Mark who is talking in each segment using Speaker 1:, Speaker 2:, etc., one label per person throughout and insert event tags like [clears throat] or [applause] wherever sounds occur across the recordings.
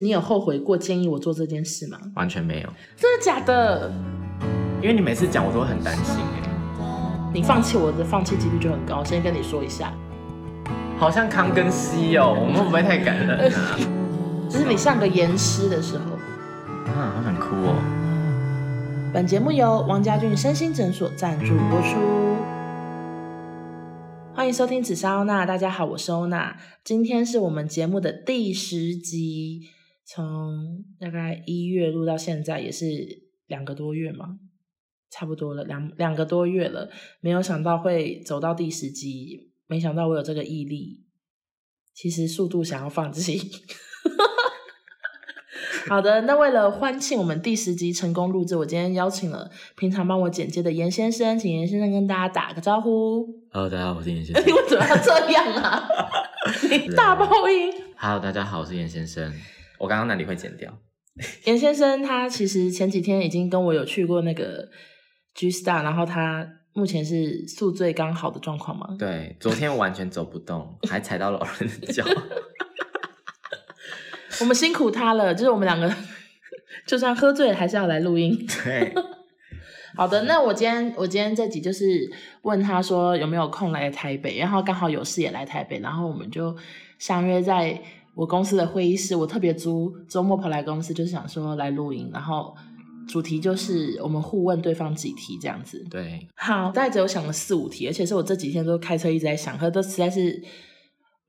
Speaker 1: 你有后悔过建议我做这件事吗？
Speaker 2: 完全没有，
Speaker 1: 真的假的？
Speaker 2: 因为你每次讲我都会很担心哎、
Speaker 1: 你放弃我的放弃几率就很高，先跟你说一下。
Speaker 2: 好像康跟西哦，我们会不会太感人啊？
Speaker 1: 就是你上个严师的时候。
Speaker 2: 啊，好想哭哦。
Speaker 1: 本节目由王家俊身心诊所赞助播出。欢迎收听《紫砂欧娜》，大家好，我是欧娜。今天是我们节目的第十集，从大概一月录到现在也是两个多月嘛，差不多了，两两个多月了。没有想到会走到第十集，没想到我有这个毅力。其实速度想要放弃。 [laughs] 好的，那为了欢庆我们第十集成功录制，我今天邀请了平常帮我剪接的严先生，请严先生跟大家打个招呼。 [laughs]
Speaker 2: Hello，大家好，呃我是严先
Speaker 1: 你
Speaker 2: 生。
Speaker 1: 为什么要这样啊？你大爆音！
Speaker 2: Hello，大家好，我是严先生。我刚刚那里会剪掉。
Speaker 1: 严先生他其实前几天已经跟我有去过那个 G Star，然后他目前是宿醉刚好的状况吗？
Speaker 2: 对，昨天完全走
Speaker 1: [laughs]
Speaker 2: 不动，还踩到老人的脚。
Speaker 1: 我们辛苦他了，就是我们两个 [laughs] 就算喝醉了还是要来录音。
Speaker 2: 对，嗯
Speaker 1: 好的，那我今天我今天这集就是问他说有没有空来台北，然后刚好有事也来台北，然后我们就相约在我公司的会议室，我特别租周末跑来公司，就是想说来录音，然后主题就是我们互问对方几题这样子。
Speaker 2: 对，
Speaker 1: 好，大概只有想了四五题，而且是我这几天都开车一直在想，可是都实在是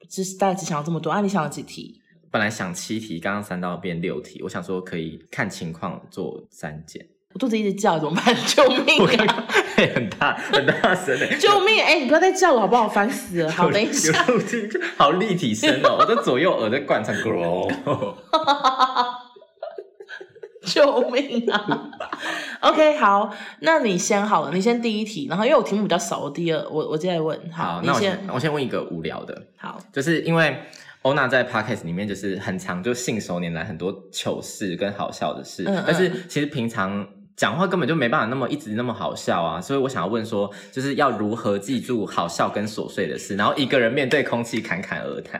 Speaker 1: 就是大概只想了这么多。啊，你想了几题？
Speaker 2: 本来想七题，刚刚删到变六题，我想说可以看情况做删减。
Speaker 1: 我肚子一直叫，怎么办？ [laughs] 救
Speaker 2: [laughs] 我
Speaker 1: 命
Speaker 2: 刚
Speaker 1: 啊！
Speaker 2: 刚 [laughs] 很大很大声诶、
Speaker 1: 救命！哎、你不要再叫了，好不好？烦死了。好，等一下。
Speaker 2: [laughs] 有录进去，好立体声哦！我的左右耳在灌成
Speaker 1: [laughs]
Speaker 2: grow。
Speaker 1: 救命
Speaker 2: [laughs]
Speaker 1: 啊！OK，好，那你先好了，你先第一题，然后因为我题目比较少，我第二，我我接下来问。
Speaker 2: 好，
Speaker 1: 你
Speaker 2: 那我
Speaker 1: 先
Speaker 2: 先我先问一个无聊的，
Speaker 1: 好，
Speaker 2: 就是因为欧娜在 podcast 里面就是很常就信手拈来很多糗事跟好笑的事，
Speaker 1: 嗯嗯
Speaker 2: 但是其实平常。讲话根本就没办法那么一直那么好笑啊，所以我想要问说，就是要如何记住好笑跟琐碎的事，然后一个人面对空气侃侃而谈。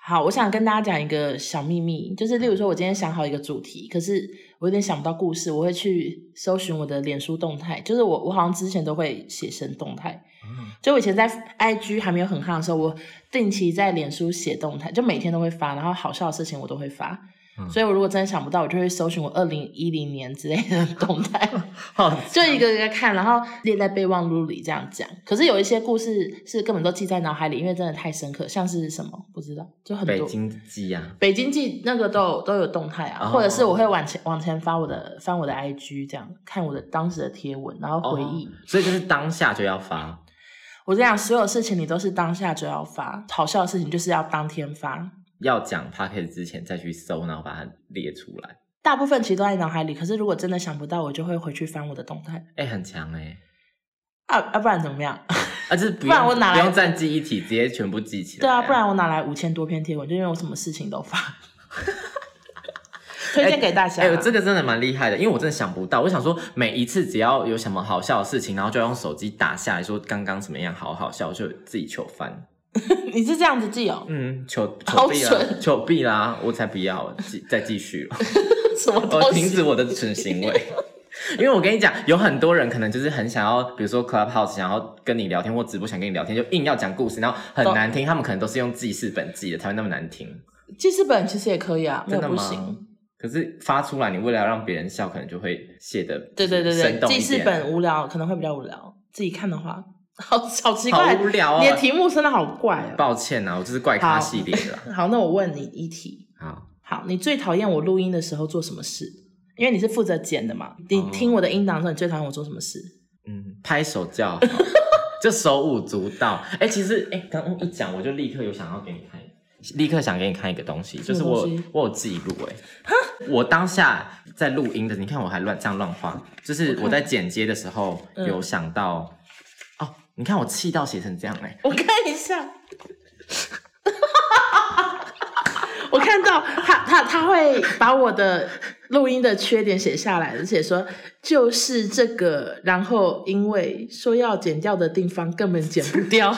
Speaker 1: 好，我想跟大家讲一个小秘密，就是例如说，我今天想好一个主题，可是我有点想不到故事，我会去搜寻我的脸书动态，就是我我好像之前都会写成动态，
Speaker 2: 嗯
Speaker 1: 就我以前在 IG 还没有很夯的时候，我定期在脸书写动态，就每天都会发，然后好笑的事情我都会发。
Speaker 2: 嗯
Speaker 1: 所以，我如果真的想不到，我就会搜寻我二零一零年之类的动态，
Speaker 2: 好，
Speaker 1: 就一个一个看，然后列在备忘录里这样讲。可是有一些故事是根本都记在脑海里，因为真的太深刻，像是什么不知道，就很多
Speaker 2: 北京鸡啊，
Speaker 1: 北京记那个都有都有动态啊，
Speaker 2: 哦
Speaker 1: 或者是我会往前往前发我的翻我的 IG 这样看我的当时的贴文，然后回忆。
Speaker 2: 哦所以就是当下就要发。
Speaker 1: 我跟你讲，所有事情你都是当下就要发，好笑的事情就是要当天发。
Speaker 2: 要讲 podcast 之前再去搜，然后把它列出来。
Speaker 1: 大部分其实都在脑海里，可是如果真的想不到，我就会回去翻我的动态
Speaker 2: 哎、很强哎、
Speaker 1: 啊，啊不然怎么样？
Speaker 2: 啊，就是不
Speaker 1: 不然
Speaker 2: 用
Speaker 1: 我哪来
Speaker 2: 不用占记忆体，直接全部记起来。
Speaker 1: 对啊，不然我哪来五千多篇贴文？就因为我什么事情都发。推荐给大家。
Speaker 2: 哎、我这个真的蛮厉害的，因为我真的想不到。我想说，每一次只要有什么好笑的事情，然后就要用手机打下来说刚刚怎么样，好好笑，我就自己求翻。
Speaker 1: [laughs] 你是这样子记哦？
Speaker 2: 嗯，求
Speaker 1: 好
Speaker 2: 求必啦
Speaker 1: 蠢，
Speaker 2: [laughs] 求必啦，我才不要继再继 [laughs] 续了，
Speaker 1: 什么
Speaker 2: 我
Speaker 1: 东
Speaker 2: 停
Speaker 1: 西？
Speaker 2: 止我的蠢行为。 [laughs] 因为我跟你讲，有很多人可能就是很想要，比如说 Clubhouse 想要跟你聊天，或直播想跟你聊天，就硬要讲故事，然后很
Speaker 1: 懂
Speaker 2: 难听。他们可能都是用记事本记的，才会那么难听。
Speaker 1: 记事本其实也可以啊，没
Speaker 2: 真
Speaker 1: 有
Speaker 2: 的
Speaker 1: 不
Speaker 2: 吗？
Speaker 1: 行。
Speaker 2: 可是发出来，你为了要让别人笑，可能就会写的
Speaker 1: 对对对
Speaker 2: 生
Speaker 1: 对，
Speaker 2: 动一
Speaker 1: 记
Speaker 2: 点。
Speaker 1: 事本无聊可能会比较无聊，自己看的话， [laughs] 好好奇
Speaker 2: 好
Speaker 1: 怪，
Speaker 2: 无聊啊
Speaker 1: 你的题目真的好怪哦。
Speaker 2: 抱歉啊，我就是怪咖系列啊的啦。
Speaker 1: 好，那我问你一题，
Speaker 2: 好，
Speaker 1: 好，你最讨厌我录音的时候做什么事？因为你是负责剪的嘛，你
Speaker 2: 哦
Speaker 1: 听我的音档的时候，你最讨厌我做什么事？
Speaker 2: 嗯，拍手叫好， [laughs] 就手舞足蹈。哎、其实哎，刚、刚一讲我就立刻有想要给你看，立刻想给你看一个东西，就是我
Speaker 1: 什么
Speaker 2: 有
Speaker 1: 东西
Speaker 2: 我有记录哎。我当下在录音的，你看我还乱这样乱画，就是我在剪接的时候
Speaker 1: 嗯
Speaker 2: 有想到，哦，你看我气到写成这样哎、
Speaker 1: 我看一下，我看到他他他会把我的录音的缺点写下来，而且说就是这个，然后因为说要剪掉的地方根本欸剪不掉，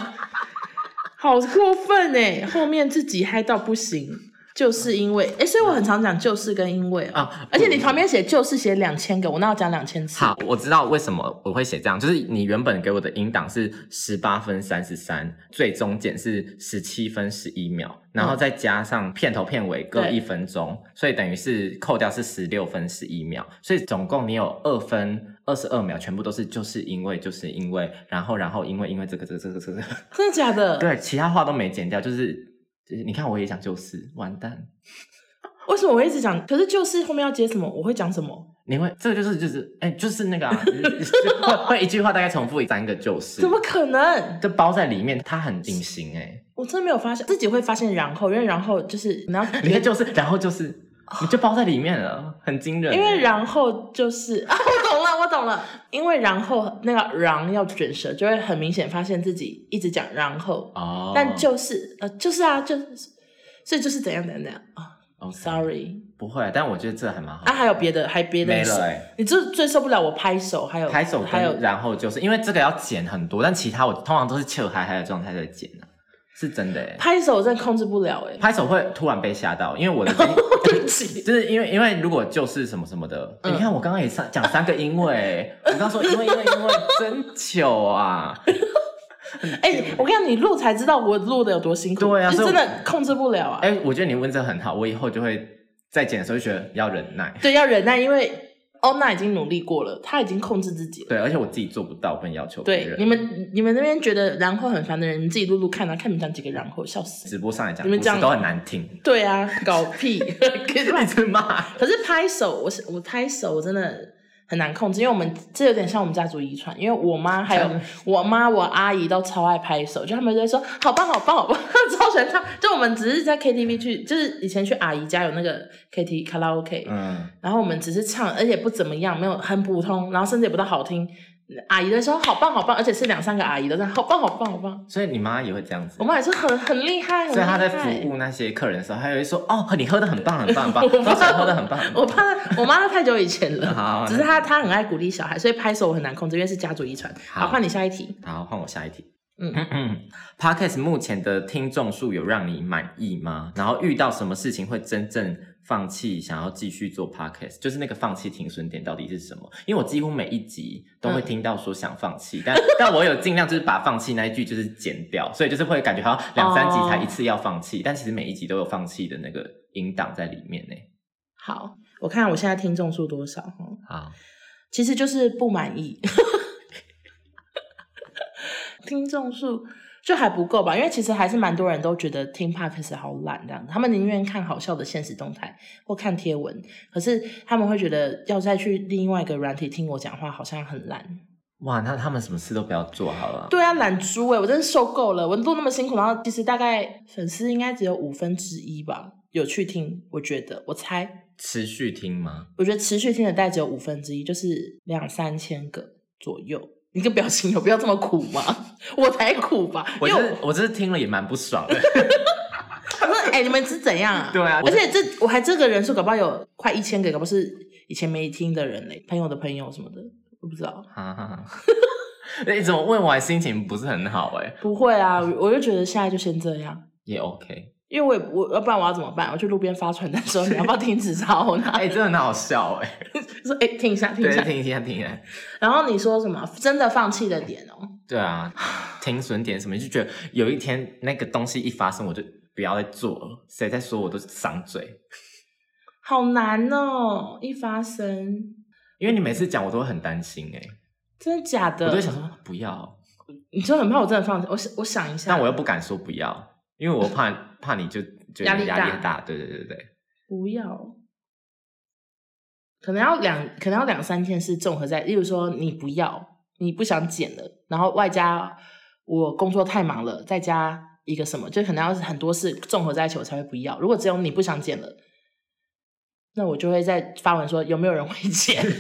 Speaker 1: 好过分哎！后面自己嗨到不行，就是因为，哎，所以我很常讲就是跟因为啊，
Speaker 2: 啊，
Speaker 1: 而且你
Speaker 2: 不
Speaker 1: 旁边写就是写两千个，我那要讲两千次。
Speaker 2: 好，我知道为什么我会写这样，就是你原本给我的音档是十八分三十三，最终减是十七分十一秒，然后再加上片头片尾各
Speaker 1: 对
Speaker 2: 一分钟，所以等于是扣掉是十六分十一秒，所以总共你有二分二十二秒，全部都是就是因为就是因为，然后然后因为因为这个这个这个这个， [laughs]
Speaker 1: 真的假的？，
Speaker 2: 对，其他话都没剪掉，就是就是你看我也想就是完蛋，
Speaker 1: 为什么我一直讲？可是就是后面要接什么，我会讲什么？
Speaker 2: 你会这个就是就是哎、就是 [laughs] 那个、啊，就是会会一句话大概重复三个就是，
Speaker 1: 怎么可能？
Speaker 2: 就包在里面，它很隐形哎、
Speaker 1: [laughs] 我真的没有发现，自己会发现然后，因为然后就是你要，
Speaker 2: [laughs] 你看就是，然后就是，你就包在里面了，很惊人欸、
Speaker 1: 哦因为然后就是 [laughs] 啊，我懂了，我懂了，因为然后那个然要卷舌，就会很明显发现自己一直讲然后，
Speaker 2: 哦，
Speaker 1: 但就是呃就是啊就是，所以就是怎样怎样怎样啊、
Speaker 2: 哦
Speaker 1: s o r r y
Speaker 2: 不会，但我觉得这还蛮好。
Speaker 1: 啊还有别的还别的
Speaker 2: 没
Speaker 1: 是
Speaker 2: 了哎、
Speaker 1: 你这最受不了我拍手，还有
Speaker 2: 拍手
Speaker 1: 还有
Speaker 2: 跟然后就是因为这个要剪很多，但其他我通常都是切嗨嗨的状态在剪啊，是真的哎、
Speaker 1: 拍手，我真的控制不了哎、
Speaker 2: 拍手会突然被吓到，因为我的
Speaker 1: [laughs] 对不起，
Speaker 2: 就是因为因为如果就是什么什么的，
Speaker 1: 嗯
Speaker 2: 你看我刚刚也三讲三个因为，我刚说因为因为因为真糗啊，
Speaker 1: 哎、我跟你讲，你录才知道我录的有多辛苦，
Speaker 2: 对啊
Speaker 1: 就
Speaker 2: 所以
Speaker 1: 真
Speaker 2: 我
Speaker 1: 的控制不了啊。
Speaker 2: 哎、我觉得你问这很好，我以后就会在剪的时候就觉得要忍耐。
Speaker 1: 对，要忍耐，因为欧娜已经努力过了，她已经控制自己了。
Speaker 2: 对，而且我自己做不到，不能要求别
Speaker 1: 对
Speaker 2: 人。，
Speaker 1: 你们你们那边觉得然后很烦的人，你自己录录看啊，看你们讲几个然后，笑死。
Speaker 2: 直播上来讲，
Speaker 1: 你们
Speaker 2: 故
Speaker 1: 这
Speaker 2: 事
Speaker 1: 样
Speaker 2: 都很
Speaker 1: [laughs]
Speaker 2: 难听，
Speaker 1: 对啊，搞屁！
Speaker 2: 可 [laughs] 是一直
Speaker 1: [laughs]
Speaker 2: 骂。
Speaker 1: 可是拍手，我是我拍手，我真的很难控制，因为我们这有点像我们家族遗传，因为我妈还有
Speaker 2: 家族
Speaker 1: 我妈、我阿姨都超爱拍手，就他们就会说好棒、好棒、好棒， [laughs] 超喜欢唱。就我们只是在 KTV 去，就是以前去阿姨家有那个 KT 卡拉 OK，、
Speaker 2: 嗯，
Speaker 1: 然后我们只是唱，而且不怎么样，没有很普通，然后甚至也不到好听。阿姨都说好棒好棒，而且是两三个阿姨都在好棒好棒好棒。
Speaker 2: 所以你妈也会这样子
Speaker 1: 我。妈也说很很厉害，很
Speaker 2: 所以她在
Speaker 1: 厉害
Speaker 2: 服务那些客人的时候，她也会说：“哦，你喝的很棒，很棒，很棒，
Speaker 1: [laughs] 我妈
Speaker 2: 都想喝的很棒。很棒
Speaker 1: 我怕我妈太久以前了
Speaker 2: [laughs] 好，
Speaker 1: 只是她她很爱鼓励小孩，所以拍手我很难控制，因为是家族遗传。
Speaker 2: 好
Speaker 1: 好，换你下一题。”
Speaker 2: 好，换我下一题。
Speaker 1: 嗯
Speaker 2: 嗯 [clears throat] ，Podcast 目前的听众数有让你满意吗？然后遇到什么事情会真正放弃想要继续做 Podcast？就是那个放弃停损点到底是什么？因为我几乎每一集都会听到说想
Speaker 1: [laughs]
Speaker 2: 放弃，但但我有尽量就是把放弃那一句就是剪掉，所以就是会感觉好像两三集才一次要放
Speaker 1: 哦
Speaker 2: 弃，但其实每一集都有放弃的那个引导在里面呢。
Speaker 1: 好，我看我现在听众数多少哈，
Speaker 2: 好，
Speaker 1: 其实就是不满意， [laughs] 听众数就还不够吧，因为其实还是蛮多人都觉得听 podcast 好懒这样，他们宁愿看好笑的现实动态或看贴文，可是他们会觉得要再去另外一个软体听我讲话好像很懒。
Speaker 2: 哇，那他们什么事都不要做好了。
Speaker 1: 对啊，懒猪哎、我真的受够了，我录那么辛苦，然后其实大概粉丝应该只有五分之一吧，有去听，我觉得，我猜，
Speaker 2: 持续听吗？
Speaker 1: 我觉得持续听的大概只有五分之一，就是两三千个左右。你个表情有必要这么苦吗？我才苦吧，
Speaker 2: 我
Speaker 1: 因
Speaker 2: 就
Speaker 1: 为
Speaker 2: 是我就是听了也蛮不爽的。
Speaker 1: 他说：“哎、你们是怎样啊？”
Speaker 2: [laughs] 对啊我
Speaker 1: 而且这我还这个人数，搞不好有快一千个，搞不好是以前没听的人嘞，朋友的朋友什么的，我不知道。
Speaker 2: 哈哈 [laughs] 哈，那你怎么问我还心情不是很好哎、
Speaker 1: 不会啊，我就觉得现在就先这样，
Speaker 2: 也 OK，
Speaker 1: 因为我也我要不然我要怎么办？我去路边发传单说你要不要停止烧呢？
Speaker 2: 哎、真的很好笑哎、
Speaker 1: [laughs]
Speaker 2: [laughs]
Speaker 1: 说哎、听一下听一
Speaker 2: 对，
Speaker 1: 下，
Speaker 2: 听一下听一下，
Speaker 1: 然后你说什么真的放弃的点哦、
Speaker 2: 对啊，停损点什么就觉得有一天那个东西一发生我就不要再做了，谁在说我都赏嘴，
Speaker 1: 好难哦、一发生
Speaker 2: 因为你每次讲我都会很担心哎、
Speaker 1: 真的假
Speaker 2: 我
Speaker 1: 的？
Speaker 2: 都会想说啊不要，哦
Speaker 1: 你就很怕我真的放弃，我想我想一下，
Speaker 2: 但我又不敢说不要，因为我怕 [laughs] 怕你就就
Speaker 1: 压力大
Speaker 2: 压力很大，对对对对，
Speaker 1: 不要，
Speaker 2: 嗯
Speaker 1: 可能要两，可能要两三件事综合在，例如说你不要，你不想剪了，然后外加我工作太忙了，再加一个什么，就可能要很多事综合在一起，我才会不要。如果只有你不想剪了，那我就会在发文说有没有人会
Speaker 2: [laughs]
Speaker 1: 剪。 [laughs]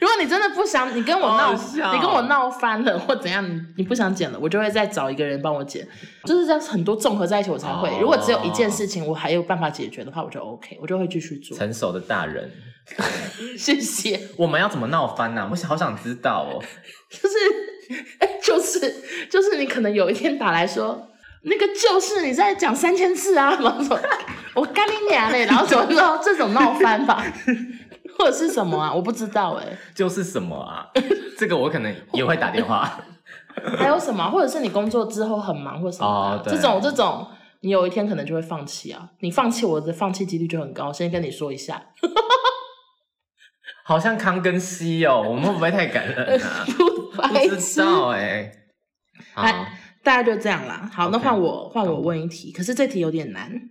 Speaker 1: 如果你真的不想，你跟我闹，
Speaker 2: 好笑哦
Speaker 1: 你跟我闹翻了或怎样，你你不想剪了，我就会再找一个人帮我剪，就是这样很多综合在一起我才会。
Speaker 2: 哦
Speaker 1: 如果只有一件事情我还有办法解决的话，我就 OK，我就会继续做。
Speaker 2: 成熟的大人，
Speaker 1: [laughs] 谢谢，
Speaker 2: 我们要怎么闹翻呢、啊？我想好想知道哦，
Speaker 1: [laughs] 就是，哎就是就是你可能有一天打来说。那个就是你在讲三千次啊， [laughs] 然后说我干你娘嘞，然后怎么说这种闹翻吧， [laughs] 或者是什么啊？我不知道哎、
Speaker 2: 就是什么啊？ [laughs] 这个我可能也会打电话。
Speaker 1: 还有什么啊？或者是你工作之后很忙或什么啊、
Speaker 2: 哦对
Speaker 1: 这种这种，你有一天可能就会放弃啊。你放弃，我的放弃几率就很高。先跟你说一
Speaker 2: [laughs]
Speaker 1: 下，
Speaker 2: 好像康跟西哦，我们会不会太感
Speaker 1: [laughs]
Speaker 2: 人啊？
Speaker 1: 白
Speaker 2: 不知
Speaker 1: 痴
Speaker 2: 道哎、好，
Speaker 1: 大概就这样啦。好，那
Speaker 2: OK
Speaker 1: 换我换我问一题，可是这题有点难。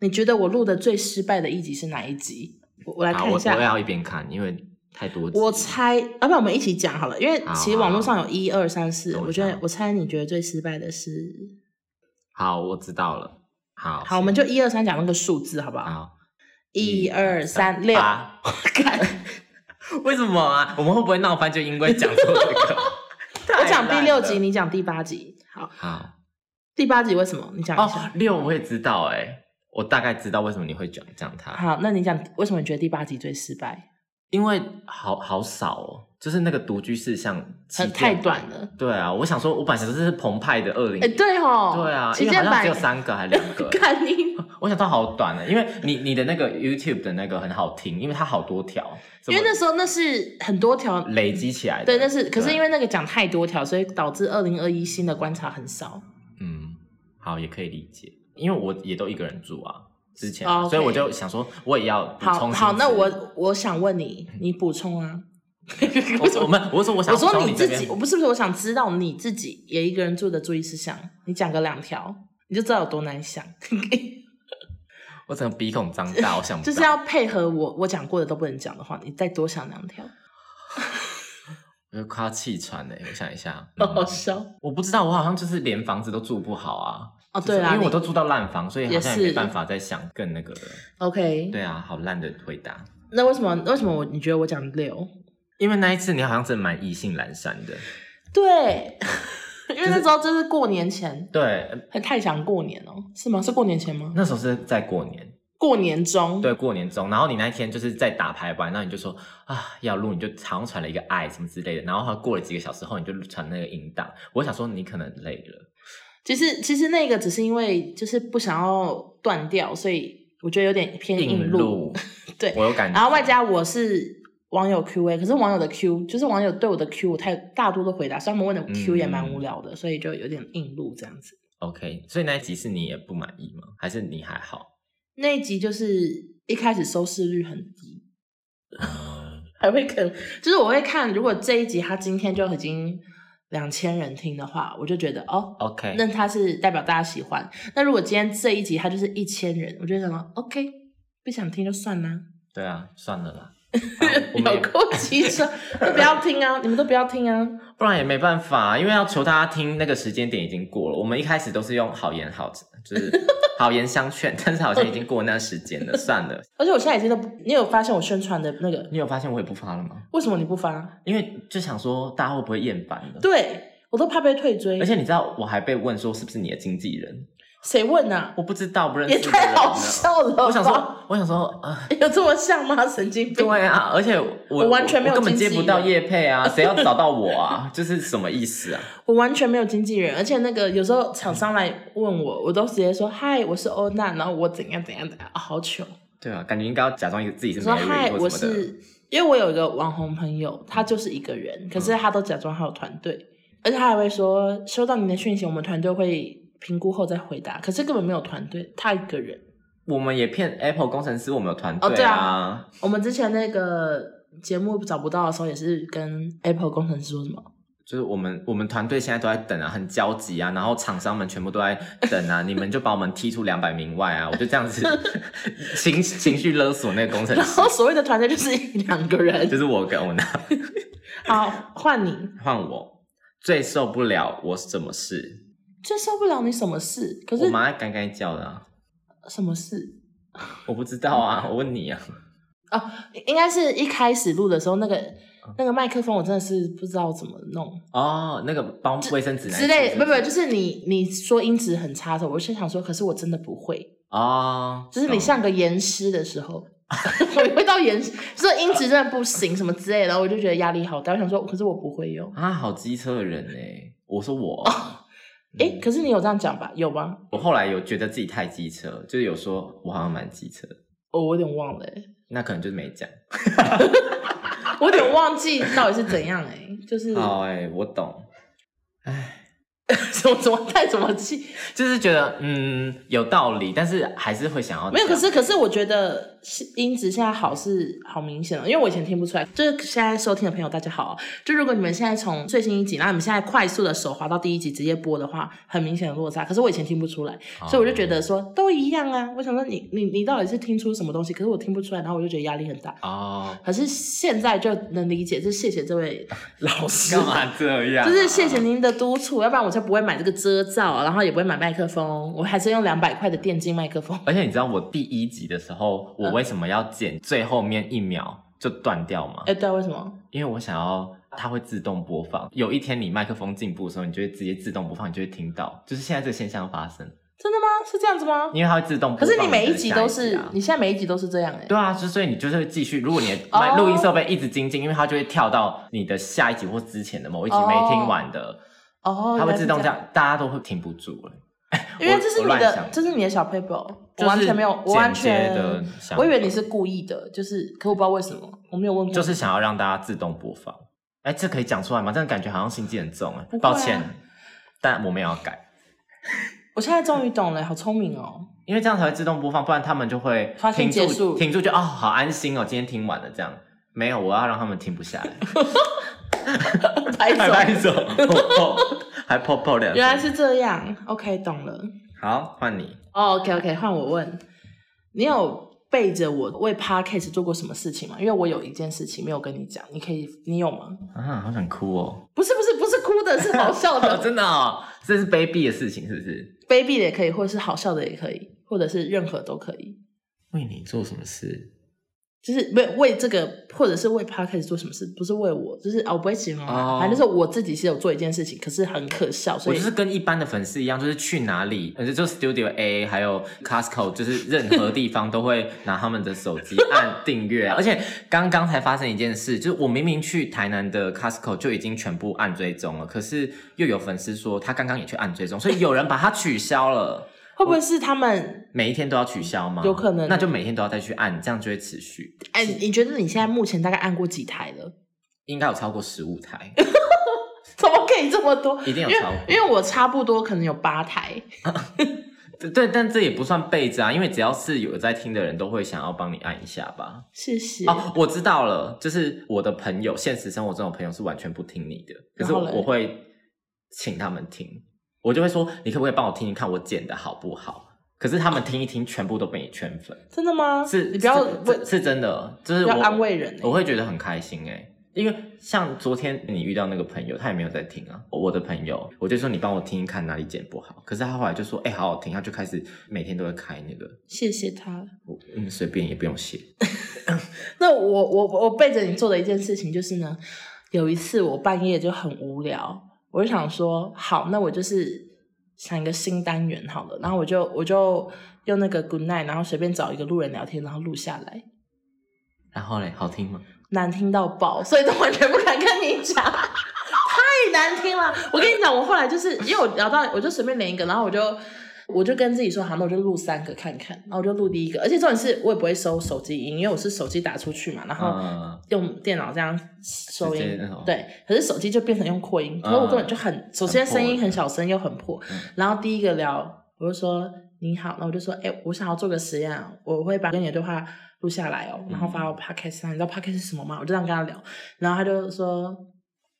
Speaker 1: 你觉得我录的最失败的一集是哪一集？我我来
Speaker 2: 好，
Speaker 1: 看
Speaker 2: 我
Speaker 1: 一
Speaker 2: 我
Speaker 1: 下。
Speaker 2: 也要一边看，因为太多集。
Speaker 1: 我猜，要、不然我们一起讲好了，因为
Speaker 2: 好
Speaker 1: 其实网络上有一二三四，
Speaker 2: 好
Speaker 1: 我觉得
Speaker 2: 好
Speaker 1: 我猜你觉得最失败的是，
Speaker 2: 好，我知道了。好，
Speaker 1: 好，我们就一二三讲那个数字好不好？
Speaker 2: 好
Speaker 1: 一
Speaker 2: 一
Speaker 1: 二三六，
Speaker 2: 八。
Speaker 1: 看
Speaker 2: 为什么啊？我们会不会闹翻？就因为讲错这
Speaker 1: [laughs] [laughs]
Speaker 2: 个？
Speaker 1: 我讲第六集，
Speaker 2: 太烂了。
Speaker 1: 你讲第八集，好，
Speaker 2: 好
Speaker 1: 第八集为什么？你讲一
Speaker 2: 哦
Speaker 1: 下。，
Speaker 2: 六我也知道哎、我大概知道为什么你会讲讲它，
Speaker 1: 好，那你讲为什么你觉得第八集最失败？
Speaker 2: 因为好好少哦，就是那个独居事项起
Speaker 1: 很
Speaker 2: 点
Speaker 1: 太短了。
Speaker 2: 对啊，我想说，我本来想说这是澎湃的二零、
Speaker 1: 哎、对吼，
Speaker 2: 对啊，
Speaker 1: 旗
Speaker 2: 因为
Speaker 1: 舰
Speaker 2: 好像
Speaker 1: 版
Speaker 2: 只有三个还两
Speaker 1: [laughs]
Speaker 2: 个。
Speaker 1: 看你，
Speaker 2: 我想到好短了，因为你你的那个 YouTube 的那个很好听，因为它好多条，
Speaker 1: 因为
Speaker 2: 什么
Speaker 1: 那时候那是很多条，
Speaker 2: 累积起来的。
Speaker 1: 对，那是可是因
Speaker 2: 为
Speaker 1: 为那个讲太多条，所以导致二零二一新的观察很少。
Speaker 2: 嗯，好也可以理解，因为我也都一个人住啊，之前、
Speaker 1: 哦，OK
Speaker 2: 所以我就想说我也要补
Speaker 1: 好
Speaker 2: 充嗯
Speaker 1: 好，
Speaker 2: 薪
Speaker 1: 那
Speaker 2: 资
Speaker 1: 我我想问你，你补充啊。
Speaker 2: 我说我们我说我想
Speaker 1: 我
Speaker 2: 要补
Speaker 1: 说
Speaker 2: 充
Speaker 1: 你
Speaker 2: 这
Speaker 1: 自
Speaker 2: 边
Speaker 1: 己，我不是不是，我想知道你自己也一个人住的注意事项，你讲个两条，你就知道有多难想， [laughs]
Speaker 2: 我整个鼻孔张大，我想不
Speaker 1: 就
Speaker 2: 到
Speaker 1: 是要配合我我讲过的都不能讲的话，你再多想两
Speaker 2: [laughs]
Speaker 1: 条，
Speaker 2: 我就快要气喘了，欸我想一下，
Speaker 1: 好好
Speaker 2: 嗯
Speaker 1: 笑
Speaker 2: 我不知道，我好像就是连房子都住不好啊。
Speaker 1: 哦。
Speaker 2: 就
Speaker 1: 对
Speaker 2: 是
Speaker 1: 啦，
Speaker 2: 因为我
Speaker 1: 你
Speaker 2: 都住到烂房，所以好像
Speaker 1: 也是
Speaker 2: 也没办法再想更那个了。
Speaker 1: OK。
Speaker 2: 对啊，好烂的回答。
Speaker 1: 那为什么为什么我你觉得我讲六？
Speaker 2: 因为那一次你好像是蛮意兴阑珊的，
Speaker 1: 对， [laughs] 因为那时候就是过年前，
Speaker 2: 对，呃
Speaker 1: 还太想过年哦，是吗？是过年前吗？
Speaker 2: 那时候是在过年，
Speaker 1: 过年中，
Speaker 2: 对，过年中，然后你那一天就是在打排版，然后你就说啊要录，你就好像传了一个爱什么之类的，然后好像过了几个小时后你就传那个音档，我想说你可能累了，
Speaker 1: 其实其实那个只是因为就是不想要断掉，所以我觉得有点偏硬
Speaker 2: 硬 [laughs] 录，
Speaker 1: 对
Speaker 2: 我有感觉，
Speaker 1: 然后外加我是网友 Q A，可是网友的 Q 就是网友对我的 Q，我太大多的回答，所以他们问的 Q
Speaker 2: 嗯
Speaker 1: 也蛮无聊的，所以就有点硬录这样子。
Speaker 2: OK，所以那一集是你也不满意吗？还是你还好？
Speaker 1: 那一集就是一开始收视率很低，
Speaker 2: 嗯
Speaker 1: 还会看，就是我会看，如果这一集他今天就已经两千人听的话，我就觉得哦。
Speaker 2: ，OK，
Speaker 1: 那他是代表大家喜欢。那如果今天这一集他就是一千人，我就想说 OK，不想听就算啦、
Speaker 2: 对啊，算了
Speaker 1: [laughs]
Speaker 2: 啦，我们
Speaker 1: 有
Speaker 2: 也
Speaker 1: 够机车，都不要听啊！你们都不要听啊！
Speaker 2: 不然也没办法，因为要求大家听那个时间点已经过了。我们一开始都是用好言好，就是
Speaker 1: [laughs]
Speaker 2: 好言相劝，但是好像已经过那时间了，算
Speaker 1: [laughs]
Speaker 2: 了。
Speaker 1: 而且我现在已经都不，你有发现我宣传的那个，
Speaker 2: 你有发现我也不发了吗？
Speaker 1: 为什么你不发？
Speaker 2: 因为就想说大家会不会厌烦了？
Speaker 1: 对我都怕被退追，
Speaker 2: 而且你知道我还被问说是不是你的经纪人？
Speaker 1: 谁问啊？
Speaker 2: 我不知道，不认识
Speaker 1: 也
Speaker 2: 的人
Speaker 1: 太好
Speaker 2: 呢
Speaker 1: 笑了吧！
Speaker 2: 我想说，我想说，
Speaker 1: [laughs]
Speaker 2: 呃，
Speaker 1: 有这么像吗？神经病！
Speaker 2: 对啊，而且我
Speaker 1: 我完全没有
Speaker 2: 我根本接
Speaker 1: 经
Speaker 2: 不
Speaker 1: 纪
Speaker 2: 到
Speaker 1: 人
Speaker 2: 叶配
Speaker 1: [laughs]
Speaker 2: 啊，谁要找到我啊？就是什么意思啊？
Speaker 1: 我完全没有经纪人，而且那个有时候厂商来问我，我都直接说嗨，我是欧娜，然后我怎样怎样怎样，啊好糗。
Speaker 2: 对啊，感觉应该要假装一个自己是
Speaker 1: 说
Speaker 2: Mary
Speaker 1: 嗨，
Speaker 2: 或
Speaker 1: 我
Speaker 2: 什么的。
Speaker 1: 是因为我有一个网红朋友，他就是一个人，可是
Speaker 2: 嗯
Speaker 1: 他都假装他有团队，而且他还会说收到您的讯息，我们团队会评估后再回答，可是根本没有团队，他一个人。
Speaker 2: 我们也骗 Apple 工程师，我们有团
Speaker 1: 哦
Speaker 2: 队
Speaker 1: 对啊
Speaker 2: 啊
Speaker 1: 我们之前那个节目找不到的时候，也是跟 Apple 工程师说什么？
Speaker 2: 就是我们我们团队现在都在等啊，很焦急啊，然后厂商们全部都在等啊，你 [laughs] 们就把我们踢出两百名外啊，我就这样子 [laughs] 情情绪勒索那个工
Speaker 1: [laughs]
Speaker 2: 程
Speaker 1: 然
Speaker 2: 师，
Speaker 1: 后所谓的团队就是一两个
Speaker 2: 就
Speaker 1: 人。
Speaker 2: 是我跟我那
Speaker 1: 好，换你，
Speaker 2: 换我最受不了我什么事，
Speaker 1: 最受不了你什么事？可
Speaker 2: 我
Speaker 1: 是
Speaker 2: 妈在干干叫的、啊，
Speaker 1: 什么事？
Speaker 2: 我不知道啊，我问你啊，
Speaker 1: 哦，应该是一开始录的时候，那
Speaker 2: 嗯
Speaker 1: 个那个麦克风我真的是不知道怎么弄。
Speaker 2: 哦，那个包卫生纸那一
Speaker 1: 之类，
Speaker 2: 次
Speaker 1: 不
Speaker 2: 是
Speaker 1: 不，就是你你说音质很差的时候，我就想说，可是我真的不会。
Speaker 2: 哦，
Speaker 1: 就是你
Speaker 2: 懂
Speaker 1: 像个严师的时候， [laughs] 我会到严师，就是音质真的不行什么之类的，然后我就觉得压力好大。我想说，可是我不会用。
Speaker 2: 啊，好机车的人呢、我说我，
Speaker 1: 哎、可是你有这样讲吧？有吗？
Speaker 2: 我后来有觉得自己太机车，就是有说我好像蛮机车的，
Speaker 1: 哦，我有点忘了、欸，
Speaker 2: 那可能就是没讲。
Speaker 1: 我有点忘记到底是怎样哎、就是
Speaker 2: 好哎、我懂，
Speaker 1: [laughs] 怎么怎么带什么气，
Speaker 2: 就是觉得嗯有道理，但是还是会想要
Speaker 1: 没有，可
Speaker 2: 讲
Speaker 1: 是可是我觉得是音质现在好是好明显哦了，因为我以前听不出来。就是现在收听的朋友，大家好，哦就如果你们现在从最新一集，然后你们现在快速的手滑到第一集直接播的话，很明显的落差。可是我以前听不出来，
Speaker 2: 哦
Speaker 1: 所以我就觉得说都一样啊。我想说你你你到底是听出什么东西？可是我听不出来，然后我就觉得压力很大。
Speaker 2: 哦，
Speaker 1: 可是现在就能理解，就谢谢这位老师
Speaker 2: 干嘛这样、
Speaker 1: 就是谢谢。您的督促，要不然我就不会买这个遮罩，啊然后也不会买麦克风，我还是用两百块的电竞麦克风。
Speaker 2: 而且你知道我第一集的时候，我为什么要剪最后面一秒就断掉吗？
Speaker 1: 哎、对啊，为什么？
Speaker 2: 因为我想要它会自动播放。有一天你麦克风进步的时候，你就会直接自动播放，你就会听到，就是现在这个现象发生，
Speaker 1: 真的吗？是这样子吗？
Speaker 2: 因为它会自动播
Speaker 1: 可
Speaker 2: 放的
Speaker 1: 是你
Speaker 2: 下集
Speaker 1: 每
Speaker 2: 啊。
Speaker 1: 一集都是，你现在每一集都是这样哎、
Speaker 2: 啊对啊，就所以你就是会继续，如果你的
Speaker 1: 哦
Speaker 2: 麦录音设备一直精进，因为它就会跳到你的下一集或之前的某一集
Speaker 1: 哦
Speaker 2: 没听完的，
Speaker 1: 哦，
Speaker 2: 它会
Speaker 1: 原来是
Speaker 2: 自动这
Speaker 1: 这样，
Speaker 2: 样，大家都会停不住了。
Speaker 1: 因为这是
Speaker 2: 我
Speaker 1: 你
Speaker 2: 乱
Speaker 1: 的
Speaker 2: 想，
Speaker 1: 这是你的小 paper，哦
Speaker 2: 就
Speaker 1: 我
Speaker 2: 是
Speaker 1: 完全没有，我完
Speaker 2: 简洁的
Speaker 1: 全
Speaker 2: 想法，
Speaker 1: 我以为你是故意的，就是，可我不知道为什么，我没有问过，
Speaker 2: 就是想要让大家自动播放。哎，这可以讲出来吗？这样感觉好像心机很重哎、
Speaker 1: 不会啊
Speaker 2: 抱歉，但我们也要改，
Speaker 1: 我现在终于懂了，好聪明
Speaker 2: [laughs]
Speaker 1: 哦，
Speaker 2: 因为这样才会自动播放，不然他们就会
Speaker 1: 发
Speaker 2: 停
Speaker 1: 现结
Speaker 2: 住，
Speaker 1: 束
Speaker 2: 停住就哦，好安心哦，今天听完了这样。没有，我要让他们停不下来，
Speaker 1: 拍
Speaker 2: 还
Speaker 1: 手，
Speaker 2: 拍手，还 pop pop 两声。
Speaker 1: 原来是这样，OK，懂了。
Speaker 2: 好，换你。
Speaker 1: OK OK，换我问，你有背着我为 Podcast 做过什么事情吗？因为我有一件事情没有跟你讲，你可以，你有吗？
Speaker 2: 啊，好想哭哦！
Speaker 1: 不是不是不是哭的，是好笑
Speaker 2: [laughs]
Speaker 1: 的，
Speaker 2: 真的哦，这是卑鄙的事情，是不是？
Speaker 1: 卑鄙的也可以，或者是好笑的也可以，或者是任何都可以。
Speaker 2: 为你做什么事？
Speaker 1: 就是为为这个，或者是为 podcast 做什么事，不是为我，就是啊，我不会形容
Speaker 2: 哦
Speaker 1: 啊，反正、就是我自己是有做一件事情，可是很可笑，
Speaker 2: 我
Speaker 1: 所以
Speaker 2: 就是跟一般的粉丝一样，就是去哪里，而且就 Studio A 还有 Costco，就是任何地方都会拿他们的手机按订阅
Speaker 1: [laughs]
Speaker 2: 啊、而且刚刚才发生一件事，就是我明明去台南的 Costco 就已经全部按追踪了，可是又有粉丝说他刚刚也去按追踪，所以有人把它取消了。
Speaker 1: 会不会是他们？
Speaker 2: 每一天都要取消吗？
Speaker 1: 有可能
Speaker 2: 那就每天都要再去按，这样就会持续。
Speaker 1: 哎，你觉得你现在目前大概按过几台了？
Speaker 2: 应该有超过十
Speaker 1: [laughs]
Speaker 2: 五台，
Speaker 1: 怎么可以这么多？
Speaker 2: 一定有
Speaker 1: 因为
Speaker 2: 超过
Speaker 1: 因为我差不多可能有八台，
Speaker 2: 对对，但这也不算备着啊，因为只要是有在听的人都会想要帮你按一下吧。
Speaker 1: 谢谢。
Speaker 2: 哦，我知道了，就是我的朋友，现实生活中的朋友是完全不听你的，可
Speaker 1: 然
Speaker 2: 是
Speaker 1: 后
Speaker 2: 我
Speaker 1: 嘞
Speaker 2: 我会请他们听，我就会说你可不可以帮我听听看我剪的好不好？可是他们听一听，全部都被你圈粉，
Speaker 1: 真的吗？
Speaker 2: 是
Speaker 1: 啊你不要
Speaker 2: 是
Speaker 1: 不
Speaker 2: 是是真的，就是
Speaker 1: 不
Speaker 2: 我
Speaker 1: 要安慰人欸
Speaker 2: 我会觉得很开心哎、因为像昨天你遇到那个朋友，他也没有在听啊。我的朋友，我就说你帮我听听看哪里剪不好，可是他后来就说，哎、好好听，他就开始每天都会开那个，
Speaker 1: 谢谢他。
Speaker 2: 我嗯，随便也不用写，
Speaker 1: 那我我我背着你做的一件事情就是呢，有一次我半夜就很无聊，我就想说，好，那我就是想一个新单元好了，然后我就我就用那个 Good Night，然后随便找一个路人聊天，然后录下来，
Speaker 2: 然后嘞，好听吗？
Speaker 1: 难听到爆，所以都完全不敢跟你讲。太难听了，我跟你讲，我后来就是因为我聊到，我就随便连一个，然后我就我就跟自己说，好，那我就录三个看看，然后我就录第一个，而且重点是我也不会收手机音，因为我是手机打出去嘛，然后
Speaker 2: 嗯，
Speaker 1: 用电脑这样收
Speaker 2: 直接嗯哦啊
Speaker 1: 音
Speaker 2: 那种，
Speaker 1: 对，可是手机就变成用扩音，可是我根本就很，首先声音很小声又很破
Speaker 2: 嗯，
Speaker 1: 然后第一个聊，我就说你好，那我就说，哎、我想要做个实验啊，我会把跟你的对话录下来哦，然后
Speaker 2: 嗯
Speaker 1: 发到 podcast 上，你知道 podcast 是什么吗？我就这样跟他聊，然后他就说 [laughs]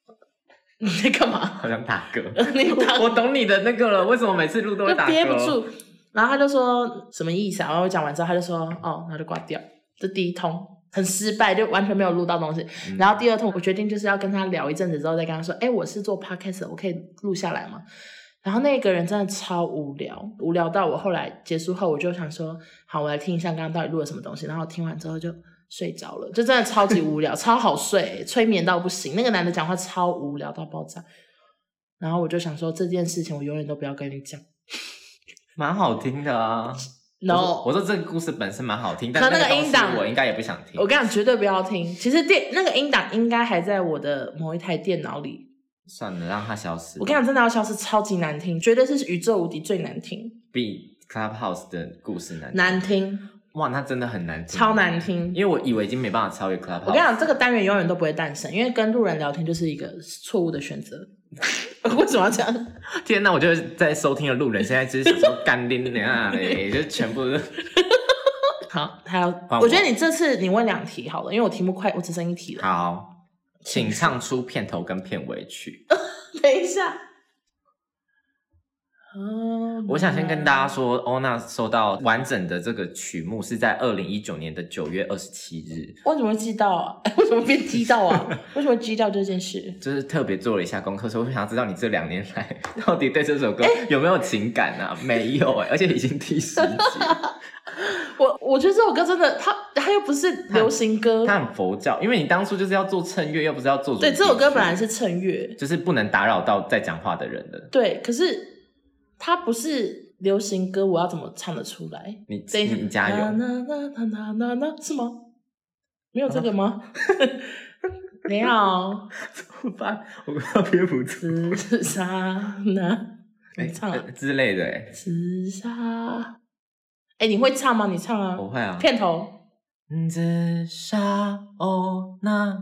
Speaker 1: 你在干嘛？ [laughs]
Speaker 2: 好想打嗝。
Speaker 1: 你打
Speaker 2: 我懂你的那个了，为什么每次录都会
Speaker 1: 就
Speaker 2: 打嗝？
Speaker 1: 憋不。住。然后他就说什么意思啊？然后我讲完之后，他就说哦，然后就挂掉。这第一通很失败，就完全没有录到东西。
Speaker 2: 嗯
Speaker 1: 然后第二通，我决定就是要跟他聊一阵子之后，再跟他说，哎，我是做 podcast，的我可以录下来吗？然后那个人真的超无聊，无聊到我后来结束后，我就想说，好，我来听一下刚刚到底录了什么东西。然后听完之后就睡着了，就真的超级
Speaker 2: [laughs]
Speaker 1: 无聊，超好睡，催眠到不行。那个男的讲话超无聊到爆炸。然后我就想说，这件事情我永远都不要跟你讲。
Speaker 2: 蛮好听的啊。
Speaker 1: 然
Speaker 2: 我说
Speaker 1: 后
Speaker 2: 我说这个故事本身蛮好听，但
Speaker 1: 可那
Speaker 2: 那
Speaker 1: 个
Speaker 2: 个东西
Speaker 1: 音档
Speaker 2: 我应该也不想听
Speaker 1: 我。跟你讲，绝对不要听。其实电那个音档应该还在我的某一台电脑里，
Speaker 2: 算了，让它消失吧。
Speaker 1: 我跟你讲，真的要消失超级难听，绝对是宇宙无敌最难听，
Speaker 2: 比 Clubhouse 的故事难听
Speaker 1: 难听，
Speaker 2: 哇，那真的很难听，
Speaker 1: 超难听。
Speaker 2: 因为我以为已经没办法超越
Speaker 1: 我跟你
Speaker 2: Clubhouse，
Speaker 1: 讲，这个单元永远都不会诞生，因为跟路人聊天就是一个错误的选择。 [laughs] 为什么要这样？
Speaker 2: 天哪！我就是在收听的路人，现在只是想说干拎
Speaker 1: [laughs]
Speaker 2: 的啊，嘞，就全部都
Speaker 1: 好，还有，
Speaker 2: 换我
Speaker 1: 我觉得你这次你问两题好了，因为我题目快，我只剩一题了。
Speaker 2: 好，请唱出片头跟片尾曲。
Speaker 1: 等一下，嗯，
Speaker 2: 我想先跟大家说，欧娜收到完整的这个曲目是在二零一九年的九月二十七日，
Speaker 1: 为什么会记到啊？ [laughs] 为什么变记到
Speaker 2: [laughs]
Speaker 1: 啊？为什么记到这件事？
Speaker 2: 就是特别做了一下功课，所以我想知道你这两年来 [laughs] 到底对这首歌
Speaker 1: 哎
Speaker 2: 有没有情感啊？没有哎、而且已经第十集，
Speaker 1: [laughs] 我我觉得这首歌真的，它它又不是流行歌，
Speaker 2: 它很佛教，因为你当初就是要做衬乐，又不是要做主
Speaker 1: 对，
Speaker 2: 题
Speaker 1: 这首歌
Speaker 2: 曲
Speaker 1: 本来是衬乐，
Speaker 2: 就是不能打扰到在讲话的人的。
Speaker 1: 对，可是它不是流行歌，我要怎么唱得出来？
Speaker 2: 你
Speaker 1: 等一下，啊
Speaker 2: 你加油！
Speaker 1: 那那那那那那是吗？没有这个
Speaker 2: [laughs]
Speaker 1: 吗？没有，
Speaker 2: 我发我快憋不住
Speaker 1: 自杀那，你唱啊
Speaker 2: [laughs] 哎，之类的哎、
Speaker 1: 自杀。哎，你会唱吗？你唱啊，
Speaker 2: 我会啊。
Speaker 1: 片头。
Speaker 2: 自杀哦那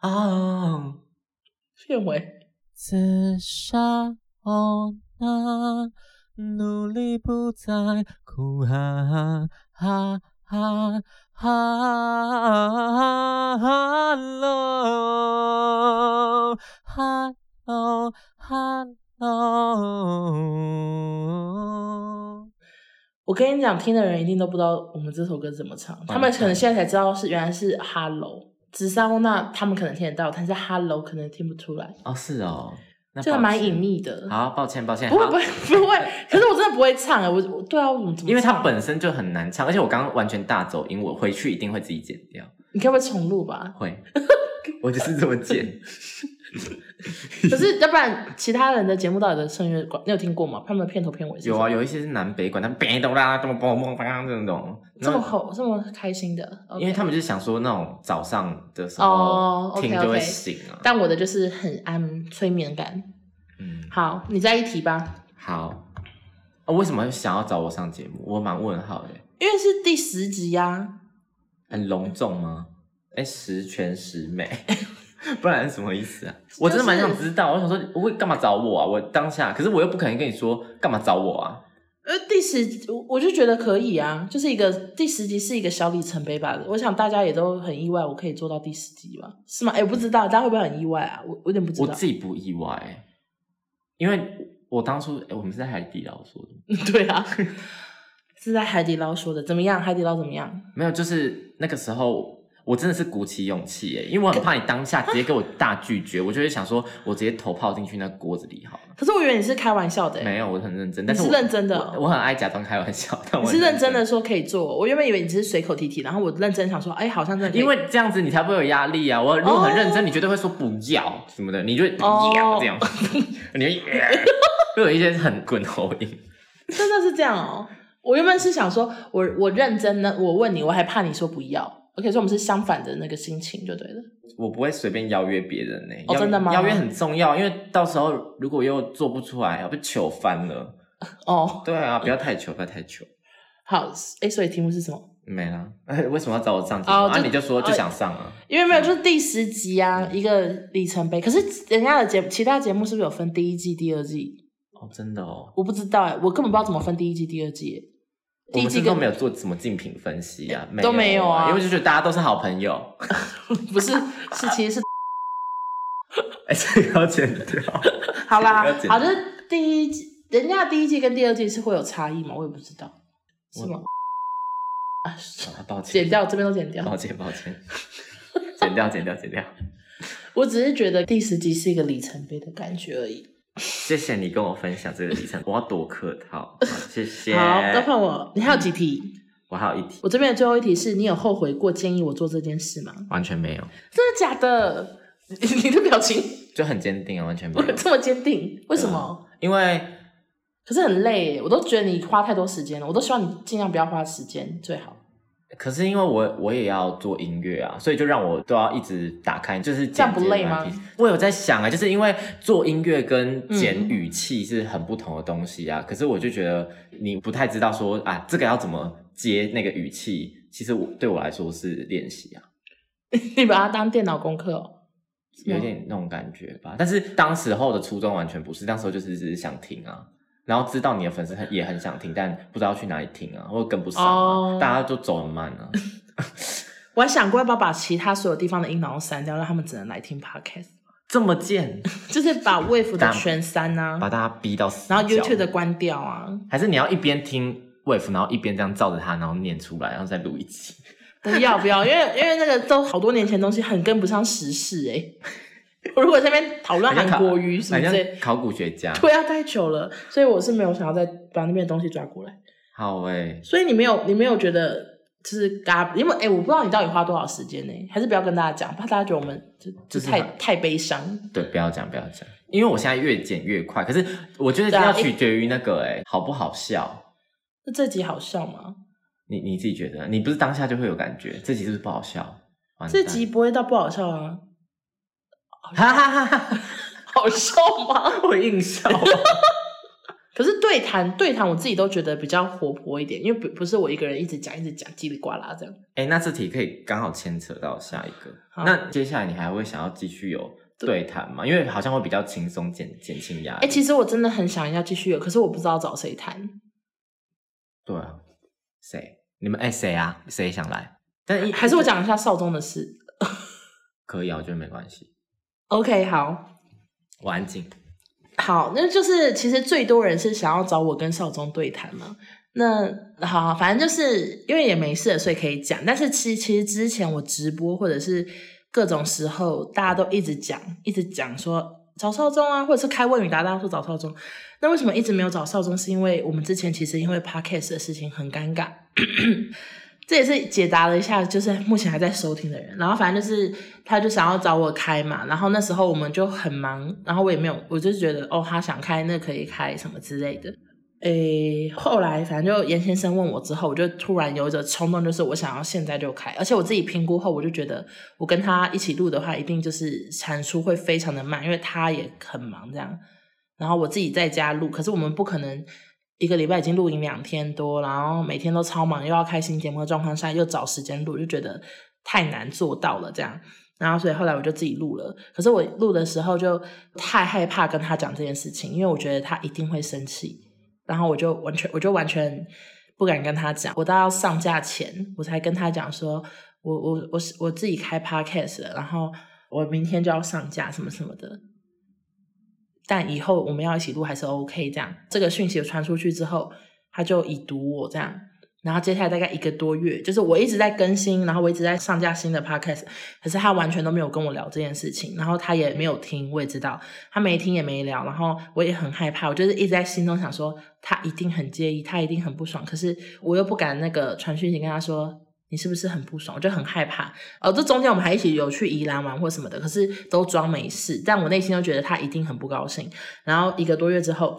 Speaker 2: 啊，
Speaker 1: 片尾，
Speaker 2: 自杀哦那，努力不再哭哈哈哈哈哈喽哈喽哈喽。
Speaker 1: 我跟你讲，听的人一定都不知道我们这首歌怎么唱，他
Speaker 2: 嗯
Speaker 1: 们可能现在才知道是原来是 Hello，紫砂翁娜他们可能听得到，但是 Hello 可能听不出来，
Speaker 2: 哦，是哦，那
Speaker 1: 这还
Speaker 2: 抱
Speaker 1: 蛮
Speaker 2: 歉
Speaker 1: 隐。秘的。
Speaker 2: 好，抱歉，抱歉。
Speaker 1: 不会
Speaker 2: 好
Speaker 1: 不会不会，可是我真的不会唱哎，我我对啊，我怎么怎么唱？
Speaker 2: 因为它本身就很难唱，而且我刚刚完全大走音，我回去一定会自己剪掉。
Speaker 1: 你可不可以重录
Speaker 2: [laughs]
Speaker 1: 吧？ [laughs]
Speaker 2: 会，我就是这么剪。
Speaker 1: 可是要不然其他人的节目到底的声乐管，你有听过吗？他们的片头片尾是什
Speaker 2: 有
Speaker 1: 么
Speaker 2: 啊，，有一些是南北管，他们别咚啦，咚嘣嘣嘣这种。
Speaker 1: 这么
Speaker 2: 然后
Speaker 1: 吼这么开心的，OK，
Speaker 2: 因为他们就是想说那种早上的时
Speaker 1: 哦
Speaker 2: 候
Speaker 1: ，OK，
Speaker 2: 听就会
Speaker 1: OK
Speaker 2: 醒啊。
Speaker 1: 但我的就是很安催眠感。
Speaker 2: 嗯，
Speaker 1: 好，你再一题吧，
Speaker 2: 好。啊，为什么想要找我上节目？我蛮问号的，
Speaker 1: 因为是第十集啊呀、
Speaker 2: 很
Speaker 1: 嗯
Speaker 2: 隆重吗？哎，十全十美， [laughs] 不然是什么意思
Speaker 1: [laughs]
Speaker 2: 啊？我真的蛮想知道，我想说，我干嘛找我啊？我当下，可是我又不可能跟你说干嘛找我啊。
Speaker 1: 呃，第十集我我就觉得可以啊，就是一个第十集是一个小里程碑吧。我想大家也都很意外，我可以做到第十集吧？是吗？哎、我不知道大家会不会很意外啊？我我有点不知
Speaker 2: 我
Speaker 1: 道。
Speaker 2: 自己不意外欸，因为我当初哎、我们是在海底捞说的，
Speaker 1: [laughs] 对啊，是在海底捞说的，怎么样？海底捞怎么样？
Speaker 2: 没有，就是那个时候我真的是鼓起勇气哎、因为我很怕你当下直接给我大拒绝，我就会想说，我直接头泡进去那锅子里好了。
Speaker 1: 可是我以为你是开玩笑的、欸，
Speaker 2: 没有，我很认真，但
Speaker 1: 是
Speaker 2: 是我
Speaker 1: 认真的哦
Speaker 2: 我，我很爱假装开玩笑，但
Speaker 1: 欸你
Speaker 2: 我
Speaker 1: 是
Speaker 2: 很
Speaker 1: 认真的，说可以做。我原本以为你只是随口提提，然后我认真想说，哎、好像真的可以。
Speaker 2: 因为这样子你才不会有压力啊。我如果很认
Speaker 1: 哦
Speaker 2: 真，你绝对会说不要什么的，你就要这样， [laughs] 你就
Speaker 1: [laughs]
Speaker 2: 会有一些很滚喉音。
Speaker 1: 真的是这样哦。我原本是想说，我我认真的，我问你，我还怕你说不要。OK，所以我们是相反的那个心情就对了。
Speaker 2: 我不会随便邀约别人呢、
Speaker 1: 哦
Speaker 2: 邀
Speaker 1: 真的吗
Speaker 2: 邀约很重要，因为到时候如果又做不出来，要被糗翻了。
Speaker 1: 哦，
Speaker 2: 对啊，不要太糗，不要太糗。
Speaker 1: 好，哎，所以题目是什么？
Speaker 2: 没啦， [laughs] 为什么要找我上节目？
Speaker 1: 哦
Speaker 2: 啊，
Speaker 1: 就
Speaker 2: 你就说就想上啊。
Speaker 1: 因为没有，就是第十集啊，一个里程碑。可是人家的节其他节目是不是有分第一季、第二季？
Speaker 2: 哦，真的哦，
Speaker 1: 我不知道哎、我根本不知道怎么分第一季、第二季耶。
Speaker 2: 我
Speaker 1: 第一
Speaker 2: 们
Speaker 1: 季
Speaker 2: 这都
Speaker 1: 跟
Speaker 2: 没有做什么竞品分析啊，
Speaker 1: 都没有啊
Speaker 2: 因为就觉得大家都是好朋友。 [laughs]
Speaker 1: 不是是其实是
Speaker 2: 哎，这个要剪掉。
Speaker 1: 好啦
Speaker 2: 不要，紧
Speaker 1: 好就是第一季，人家的第一季跟第二季是会有差异吗？我也不知道，是吗？啊，
Speaker 2: 啊抱歉，
Speaker 1: 剪，掉这边都剪掉。
Speaker 2: 抱歉，抱歉，剪掉，剪掉，剪掉。
Speaker 1: 我只是觉得第十集是一个里程碑的感觉而已。
Speaker 2: 谢谢你跟我分享这个历程，我要多客套。好谢谢。
Speaker 1: 好，再换我。你还有几题？
Speaker 2: 我还有一题，
Speaker 1: 我这边的最后一题是你有后悔过建议我做这件事吗？
Speaker 2: 完全没有。
Speaker 1: 真的假的？你 [laughs] 你的表情嗯
Speaker 2: 就很坚定啊，完全没
Speaker 1: 我 [laughs]
Speaker 2: 有。
Speaker 1: 这么坚定，为什么？
Speaker 2: 因为
Speaker 1: 可是很累耶，我都觉得你花太多时间了，我都希望你尽量不要花时间最好。 [laughs]
Speaker 2: 可是因为我我也要做音乐啊，所以就让我都要一直打开，就是
Speaker 1: 这样
Speaker 2: 剪接
Speaker 1: 不累吗嗯
Speaker 2: 软体？我有在想啊、就是因为做音乐跟剪语气是很不同的东西啊。可是我就觉得你不太知道说啊，这个要怎么接那个语气，其实我对我来说是练习啊，
Speaker 1: 你把它当电脑功课哦，
Speaker 2: 有点那种感觉吧。但是当时候的初衷完全不是，当时候就是只是想听啊。然后知道你的粉丝很也很想听，但不知道去哪里听啊，或者跟不上、啊
Speaker 1: 哦
Speaker 2: 大家都走很慢
Speaker 1: [laughs]
Speaker 2: 啊。
Speaker 1: 我还想过要不要把其他所有地方的音档都删掉，让他们只能来听 podcast， [laughs]
Speaker 2: 这么贱，
Speaker 1: 就是把 wave 的
Speaker 2: 当
Speaker 1: 全删啊
Speaker 2: [laughs] 把，大家逼到死角。
Speaker 1: 然后 YouTube 的关掉啊。
Speaker 2: 还是你要一边听 wave，然后一边这样照着它，然后念出来，然后再录一集。
Speaker 1: 不要不要，因为因为那个都好多年前的东西，很跟不上时事哎、 [laughs] 我如果在那边讨论
Speaker 2: 好像
Speaker 1: 韩
Speaker 2: 考
Speaker 1: 国语什么
Speaker 2: 好
Speaker 1: 之
Speaker 2: 像
Speaker 1: 类的，
Speaker 2: 考古学家。
Speaker 1: 对啊，太久了，所以我是没有想要再把那边的东西抓过来。
Speaker 2: 好哎、
Speaker 1: 所以你没有你没有觉得就是嘎，因为哎、我不知道你到底花多少时间呢、还是不要跟大家讲，怕大家觉得我们就就
Speaker 2: 就是
Speaker 1: 太
Speaker 2: 很
Speaker 1: 太悲伤。
Speaker 2: 对，不要讲，不要讲，因为我现在越剪越快，可是我觉得
Speaker 1: 对啊
Speaker 2: 要
Speaker 1: 诶
Speaker 2: 取决于那个哎、好不好笑？
Speaker 1: 那这集好笑吗？
Speaker 2: 你你自己觉得，你不是当下就会有感觉，这集是不是不好笑？完蛋
Speaker 1: 这
Speaker 2: [laughs]
Speaker 1: 集不会到不好笑啊，
Speaker 2: 哈哈哈哈，
Speaker 1: [laughs] 好笑吗？
Speaker 2: [laughs] 我硬笑。
Speaker 1: 可是对谈对谈，我自己都觉得比较活泼一点，因为不不是我一个人一直讲一直讲叽里呱啦这样。
Speaker 2: 哎、那这题可以刚好牵扯到下一个。
Speaker 1: 好
Speaker 2: 那接下来你还会想要继续有对谈吗？因为好像会比较轻松，减减轻压力。
Speaker 1: 哎、其实我真的很想要继续有，可是我不知道找谁谈，
Speaker 2: 对啊，谁？你们哎谁啊？谁想来？但一
Speaker 1: 还是我讲一下少宗的事。
Speaker 2: 可以啊，我觉得没关系。
Speaker 1: OK，好，
Speaker 2: 我安静。
Speaker 1: 好，那就是其实最多人是想要找我跟少宗对谈嘛。那好好，反正就是因为也没事了，所以可以讲。但是其其实之前我直播或者是各种时候，大家都一直讲，一直讲说找少宗啊，或者是开问与答，大家说找少宗。那为什么一直没有找少宗？是因为我们之前其实因为 podcast 的事情很尴尬，这也是解答了一下，就是目前还在收听的人。然后反正就是他就想要找我开嘛，然后那时候我们就很忙，然后我也没有，我就觉得哦，他想开那可以开什么之类的。诶，后来反正就严先生问我之后，我就突然有一种冲动，就是我想要现在就开，而且我自己评估后，我就觉得我跟他一起录的话，一定就是产出会非常的慢，因为他也很忙这样。然后我自己在家录，可是我们不可能一个礼拜已经录影两天多，然后每天都超忙，又要开新节目的状况下又找时间录，就觉得太难做到了这样。然后所以后来我就自己录了，可是我录的时候就太害怕跟他讲这件事情，因为我觉得他一定会生气，然后我就完全我就完全不敢跟他讲，我到要上架前我才跟他讲说，我我我是我自己开 podcast 了，然后我明天就要上架什么什么的，但以后我们要一起录还是 OK 这样。这个讯息传出去之后，他就已读我这样。然后接下来大概一个多月，就是我一直在更新，然后我一直在上架新的 podcast，可是他完全都没有跟我聊这件事情，然后他也没有听，我也知道他没听也没聊，然后我也很害怕，我就是一直在心中想说他一定很介意，他一定很不爽，可是我又不敢那个传讯息跟他说你是不是很不爽，我就很害怕，呃，这中间我们还一起有去宜兰玩或什么的，可是都装没事，但我内心都觉得他一定很不高兴。然后一个多月之后，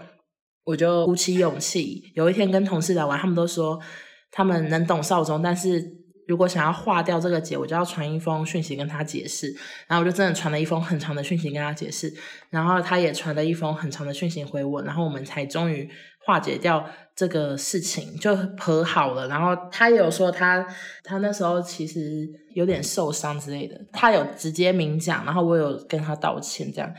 Speaker 1: 我就鼓起勇气，有一天跟同事聊完，他们都说他们能懂少宗，但是如果想要化掉这个结，我就要传一封讯息跟他解释。然后我就真的传了一封很长的讯息跟他解释，然后他也传了一封很长的讯息回我，然后我们才终于化解掉这个事情，就和好了。然后他也有说他他那时候其实有点受伤之类的，他有直接明讲，然后我有跟他道歉这样。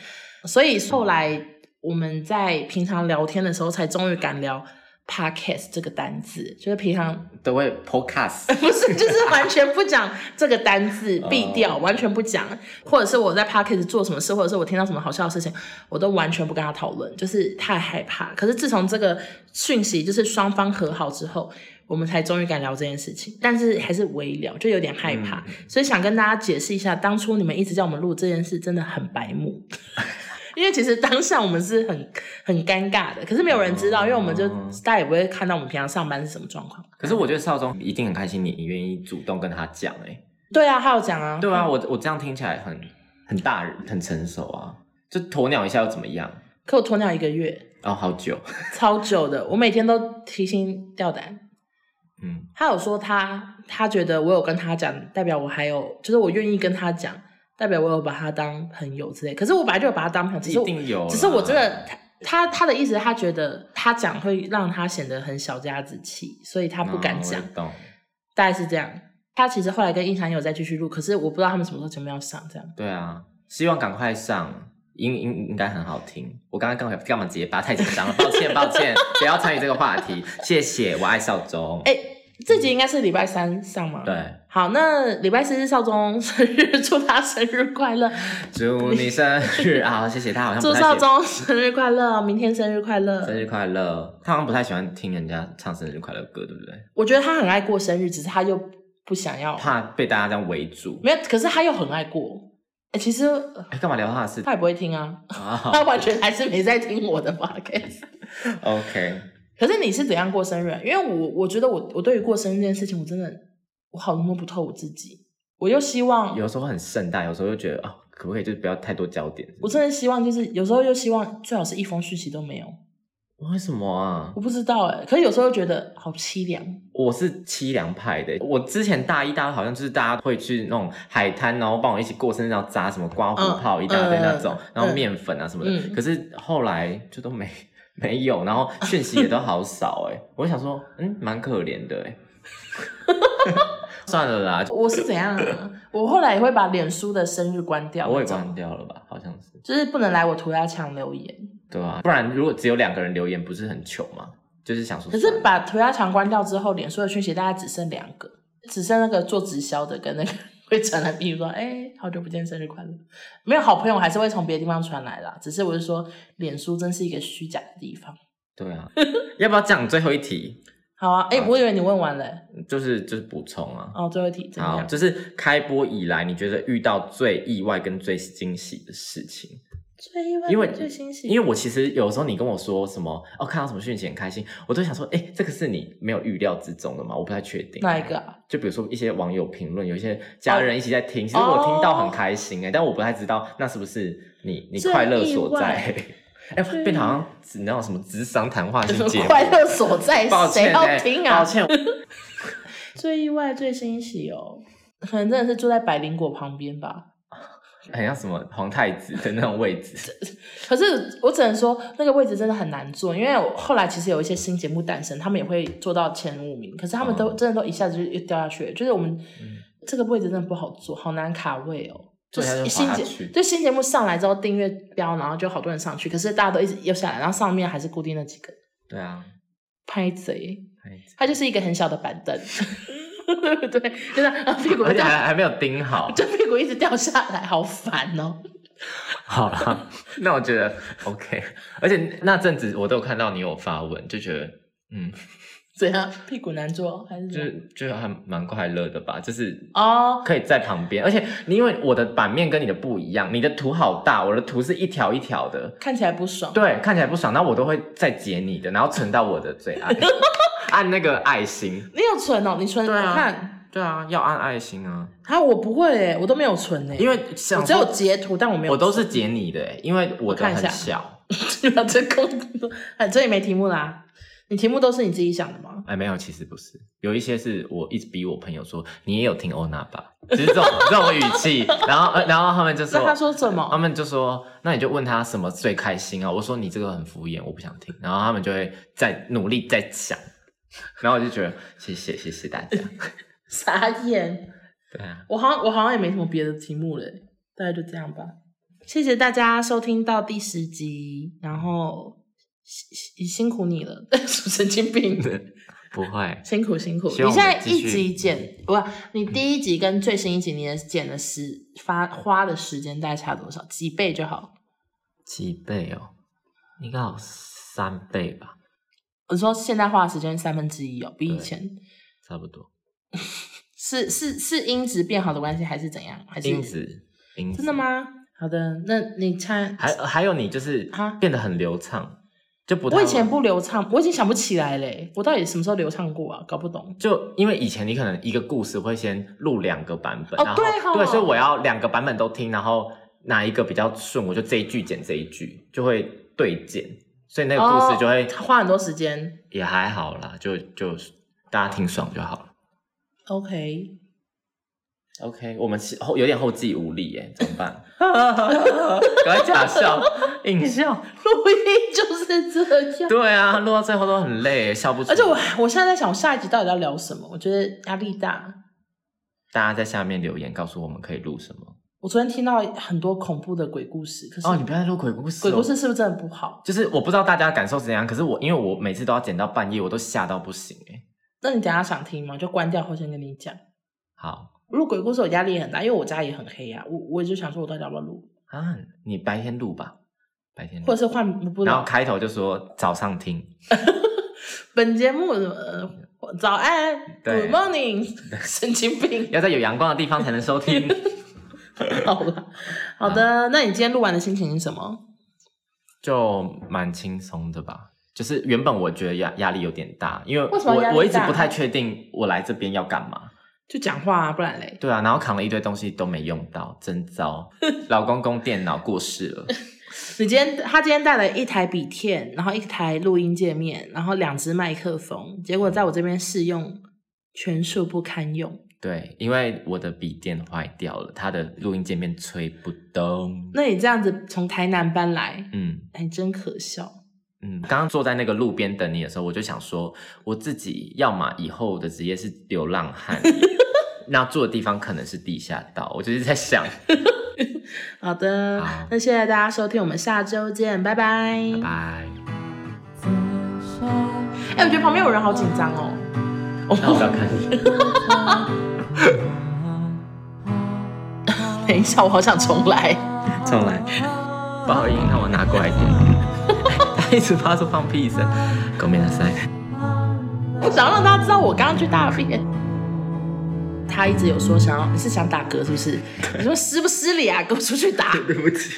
Speaker 1: 所以后来我们在平常聊天的时候，才终于敢聊 podcast 这个单字，就是平常
Speaker 2: 都会 podcast，
Speaker 1: [laughs] 不是，就是完全不讲这个单字，
Speaker 2: [laughs] 哦
Speaker 1: 避掉，完全不讲，或者是我在 p a c k a g e 做什么事，或者是我听到什么好笑的事情，我都完全不跟他讨论，就是太害怕。可是自从这个讯息就是双方和好之后，我们才终于敢聊这件事情，但是还是微聊，就有点害怕，
Speaker 2: 嗯
Speaker 1: 所以想跟大家解释一下，当初你们一直叫我们录这件事，真的很白目。 [laughs] 因为其实当下我们是很很尴尬的，可是没有人知道，因为我们就
Speaker 2: 哦
Speaker 1: 大家也不会看到我们平常上班是什么状况。
Speaker 2: 可是我觉得少宗一定很开心，你你愿意主动跟他讲哎、
Speaker 1: 对啊，他有讲啊，
Speaker 2: 对啊，我我这样听起来很很大人很成熟啊，就鸵鸟一下又怎么样？
Speaker 1: 可我鸵鸟一个月，
Speaker 2: 哦，好久，
Speaker 1: 超久的，我每天都提心吊胆。
Speaker 2: 嗯，
Speaker 1: 他有说他他觉得我有跟他讲，代表我还有，就是我愿意跟他讲，代表我有把他当朋友之类。可是我本来就有把他当朋友，只
Speaker 2: 一
Speaker 1: 是我
Speaker 2: 定有啦，
Speaker 1: 只是我真的他他他的意思，他觉得他讲会让他显得很小家子气，所以他不敢
Speaker 2: 嗯
Speaker 1: 讲。
Speaker 2: 我也懂，
Speaker 1: 大概是这样。他其实后来跟印象也有再继续录，可是我不知道他们什么时候节目要上，这样。
Speaker 2: 对啊，希望赶快上，应应应该很好听。我刚刚干嘛干嘛结巴，太紧张了，抱歉抱歉，不要参与这个话题，谢谢，我爱少宗。
Speaker 1: 哎、这集应该是礼拜三上吗？。
Speaker 2: 对，
Speaker 1: 好，那礼拜四是少宗 [laughs] 生日，祝他生日快乐，
Speaker 2: 祝你生日啊！谢谢他好像
Speaker 1: 祝
Speaker 2: 不太
Speaker 1: 少
Speaker 2: 喜
Speaker 1: 宗 [laughs] 生日快乐，明天生日快
Speaker 2: 生
Speaker 1: 乐。
Speaker 2: 日快乐，他好像不太喜欢听人家唱生日快乐歌，对不对？
Speaker 1: 我觉得他很爱过生日，只是他又不想要，
Speaker 2: 怕被大家这样围住。
Speaker 1: 没有，可是他又很爱过。哎、其实呃
Speaker 2: 哎，干嘛聊他的事
Speaker 1: 他也不会听啊，
Speaker 2: 啊
Speaker 1: [laughs] 他完全还是没在听我的 podcast。 [laughs]
Speaker 2: ？OK，
Speaker 1: 可是你是怎样过生日啊、因为我我觉得我我对于过生日这件事情，我真的我好摸不透我自己。我又希望，
Speaker 2: 有时候很盛大，有时候又觉得啊，可不可以就不要太多焦点？
Speaker 1: 我真的希望就是有时候又希望最好是一封讯息都没有，
Speaker 2: 为什么啊
Speaker 1: 我？不知道哎、可是有时候又觉得好凄凉。
Speaker 2: 我是凄凉派的。我之前大一、大二好像就是大家会去那种海滩，然后帮我一起过生日，然后砸什么刮胡泡
Speaker 1: 嗯
Speaker 2: 一大堆那种，
Speaker 1: 嗯
Speaker 2: 然后面粉啊什么的。
Speaker 1: 嗯
Speaker 2: 可是后来就都没没有，然后讯息也都好少哎、我想说，嗯，蛮可怜的哎、 [laughs] 算了啦，
Speaker 1: 我是怎样
Speaker 2: [laughs]
Speaker 1: 啊？我后来也会把脸书的生日关掉，
Speaker 2: 我也关，掉了吧，好像是。
Speaker 1: 就是不能来我涂鸦墙留言。
Speaker 2: 对啊，不然如果只有两个人留言，不是很糗吗？就是想说
Speaker 1: 可
Speaker 2: 算了，
Speaker 1: 是把涂鸦墙关掉之后，脸书的讯息大概只剩两个，只剩那个做直销的跟那个 [laughs] 会传来，比如说，哎、好久不见，生日快乐。没有好朋友还是会从别的地方传来啦，只是我是说，脸书真是一个虚假的地方。
Speaker 2: 对啊，要不要讲最后一题？
Speaker 1: 好啊，哎、
Speaker 2: 好
Speaker 1: 我以为你问完了、
Speaker 2: 就是就是补充啊。
Speaker 1: 哦，最后一题怎么
Speaker 2: 好，
Speaker 1: 样？
Speaker 2: 就是开播以来，你觉得遇到最意外跟最惊喜的事情？
Speaker 1: 最意外
Speaker 2: 因为
Speaker 1: 最欣喜，
Speaker 2: 因
Speaker 1: 为
Speaker 2: 为我其实有时候你跟我说什么哦，看到什么讯息很开心，我都想说，哎、这个是你没有预料之中的吗？我不太确定。
Speaker 1: 哪一个、？哦啊？
Speaker 2: 就比如说一些网友评论，有一些家人一起在听，其实我听到很开心哎、但我不太知道那是不是你你
Speaker 1: 哦最
Speaker 2: 快乐
Speaker 1: 意
Speaker 2: 所在 [laughs]
Speaker 1: 外。
Speaker 2: 哎、
Speaker 1: 最
Speaker 2: 变得好像只那种什么智商谈话
Speaker 1: 就
Speaker 2: 性
Speaker 1: 是
Speaker 2: 节目，
Speaker 1: 快乐所在，
Speaker 2: 抱
Speaker 1: 谁
Speaker 2: 歉、
Speaker 1: 要
Speaker 2: 哎，
Speaker 1: 听啊
Speaker 2: 抱？歉，
Speaker 1: 最意外、最欣喜哦，可能真的是住在百灵果旁边吧。
Speaker 2: 很像什么皇太子的那种位置。
Speaker 1: 可是我只能说，那个位置真的很难坐，因为我后来其实有一些新节目诞生，他们也会做到前五名，可是他们都、
Speaker 2: 嗯
Speaker 1: 真的都一下子就又掉下去了，就是我们、这个位置真的不好坐，好难卡位哦。
Speaker 2: 坐下
Speaker 1: 是
Speaker 2: 就
Speaker 1: 新
Speaker 2: 滑下
Speaker 1: 节
Speaker 2: 去
Speaker 1: 对新节目上来之后订阅标，然后就好多人上去，可是大家都一直又下来，然后上面还是固定那几个
Speaker 2: 对啊，
Speaker 1: 拍贼，
Speaker 2: 太子
Speaker 1: 它就是一个很小的板凳， [laughs] 对，就是然后屁股
Speaker 2: 而且
Speaker 1: 掉
Speaker 2: 还还没有盯好。
Speaker 1: 就屁股一直掉下来，好烦哦。
Speaker 2: 好啦，那我觉得 OK。而且那阵子我都有看到你有发文，就觉得嗯，
Speaker 1: 怎样？屁股难坐还是
Speaker 2: 就
Speaker 1: 怎样？
Speaker 2: 是就还蛮快乐的吧，就是。
Speaker 1: 哦，
Speaker 2: 可以在旁边，而且你因为我的版面跟你的不一样，你的图好大，我的图是一条一条的，
Speaker 1: 看起来不爽。
Speaker 2: 对，看起来不爽，那我都会再截你的，然后存到我的最爱，按那个爱心，
Speaker 1: 你有存哦？你存？
Speaker 2: 对啊
Speaker 1: 我看
Speaker 2: 对啊，要按爱心啊，
Speaker 1: 啊，我不会诶，我都没有存诶，
Speaker 2: 因
Speaker 1: 为
Speaker 2: 为像
Speaker 1: 我只有截图，但我没有。
Speaker 2: 我都是截你的、欸因为我的
Speaker 1: 看一下
Speaker 2: 很小，
Speaker 1: 把 [laughs] 这工作，哎，这也没题目啦。你题目都是你自己想的吗？
Speaker 2: 哎，没有，其实不是，有一些是我一直逼我朋友说，你也有听欧娜吧，就是这种这种语气，然后呃然后他们就说，
Speaker 1: 那他说什
Speaker 2: 他
Speaker 1: 么？
Speaker 2: 们就说，那你就问他什么最开心啊？我说你这个很敷衍，我不想听。然后他们就会再努力再想，然后我就觉得谢谢谢谢大家，
Speaker 1: 傻眼！
Speaker 2: 对啊，
Speaker 1: 我好像我好像也没什么别的题目嘞，大概就这样吧。谢谢大家收听到第十集，然后辛辛苦你了， [laughs] 神经病。
Speaker 2: 不会，
Speaker 1: 辛苦辛苦，
Speaker 2: 希
Speaker 1: 你
Speaker 2: 望
Speaker 1: 现
Speaker 2: 我们
Speaker 1: 在
Speaker 2: 继
Speaker 1: 一
Speaker 2: 续
Speaker 1: 集剪不？你第一集跟最新一集，你的剪的时发花的时间大概差多少？几倍就好？
Speaker 2: 几倍哦，应该有三倍吧，
Speaker 1: 我说现在花的时间三分之一哦，比以
Speaker 2: 对
Speaker 1: 前
Speaker 2: 差不多。
Speaker 1: 是是是音质变好的关系，还是怎样？还是
Speaker 2: 因子因子
Speaker 1: 真的？吗？好的，那你猜
Speaker 2: 还还有你就是
Speaker 1: 啊
Speaker 2: 变得很流畅，就不太
Speaker 1: 我以前
Speaker 2: 会
Speaker 1: 不流畅，我已经想不起来嘞，我到底什么时候流畅过啊？搞不懂。
Speaker 2: 就因为以前你可能一个故事会先录两个版本，
Speaker 1: 哦
Speaker 2: 然后
Speaker 1: 对哦
Speaker 2: 所以我要两个版本都听，然后哪一个比较顺，我就这一句剪这一句，就会对剪，所以那个故事就会、
Speaker 1: 哦花很多时间，
Speaker 2: 也还好啦，就就大家听爽就好了。
Speaker 1: OK， [laughs]
Speaker 2: OK，我们是后有点后继无力耶，怎么 [laughs] 办？赶快假笑， [laughs] 硬笑。
Speaker 1: 录音就是这样。
Speaker 2: 对啊，录到最后都很累耶，笑不出来。
Speaker 1: 而且我我现在在想，我下一集到底要聊什么？我觉得压力大。
Speaker 2: 大家在下面留言告诉我们可以录什么。
Speaker 1: 我昨天听到很多恐怖的鬼故事，可是
Speaker 2: 哦，你不要再录鬼故事、哦
Speaker 1: 鬼故事。是不是真的不好？
Speaker 2: 就是我不知道大家感受怎样，可是我因为我每次都要剪到半夜，我都吓到不行哎。
Speaker 1: 那你等一下想听吗？就关掉后先跟你讲。
Speaker 2: 好
Speaker 1: 录鬼故事我压力也很大，因为我家也很黑啊。我我就想说，我到底要不要录，
Speaker 2: 啊，你白天录吧，白天
Speaker 1: 或
Speaker 2: 录。
Speaker 1: 者是换不
Speaker 2: 然后
Speaker 1: 了。
Speaker 2: 开头就说早上听， [laughs]
Speaker 1: 本节目呃，早安
Speaker 2: 对
Speaker 1: ，Good morning，神 [laughs] 经病。
Speaker 2: 要在有阳光的地方才能
Speaker 1: [laughs]
Speaker 2: 收听。
Speaker 1: 好了，好的，那你今天录完的心情是什么？
Speaker 2: 就蛮轻松的吧。就是原本我觉得压压力有点大，因为
Speaker 1: 为什么压力
Speaker 2: 我我一直
Speaker 1: 大
Speaker 2: 不太确定我来这边要干嘛。
Speaker 1: 就讲话啊，不然嘞。
Speaker 2: 对啊，然后扛了一堆东西都没用到，真糟！老公公电脑过世了，
Speaker 1: 你今天他今天带了一台笔电，然后一台录音界面，然后两只麦克风，结果在我这边试用，全数不堪用。
Speaker 2: 对，因为我的笔电坏掉了，他的录音界面吹不动。
Speaker 1: 那你这样子从台南搬来，
Speaker 2: 嗯
Speaker 1: 还真可笑。
Speaker 2: 嗯，刚刚坐在那个路边等你的时候，我就想说，我自己要么以后的职业是流浪汉， [laughs] 那住的地方可能是地下道，我就是在想，
Speaker 1: 好的，
Speaker 2: 好
Speaker 1: 那谢谢大家收听，我们下周见，拜拜。
Speaker 2: 拜拜。
Speaker 1: 哎、我觉得旁边有人好紧张哦。
Speaker 2: 那我不要看你。
Speaker 1: 等一下，我好想重来。
Speaker 2: 重来，不好意思，那我拿过来一点。 [laughs] 他一直发出放屁声，狗没得塞。
Speaker 1: 我想要让大家知道我刚刚去大便。
Speaker 2: [laughs]
Speaker 1: 他一直有说想要是想打嗝是不是？你说失不失礼啊？给我出去打！
Speaker 2: 对不起。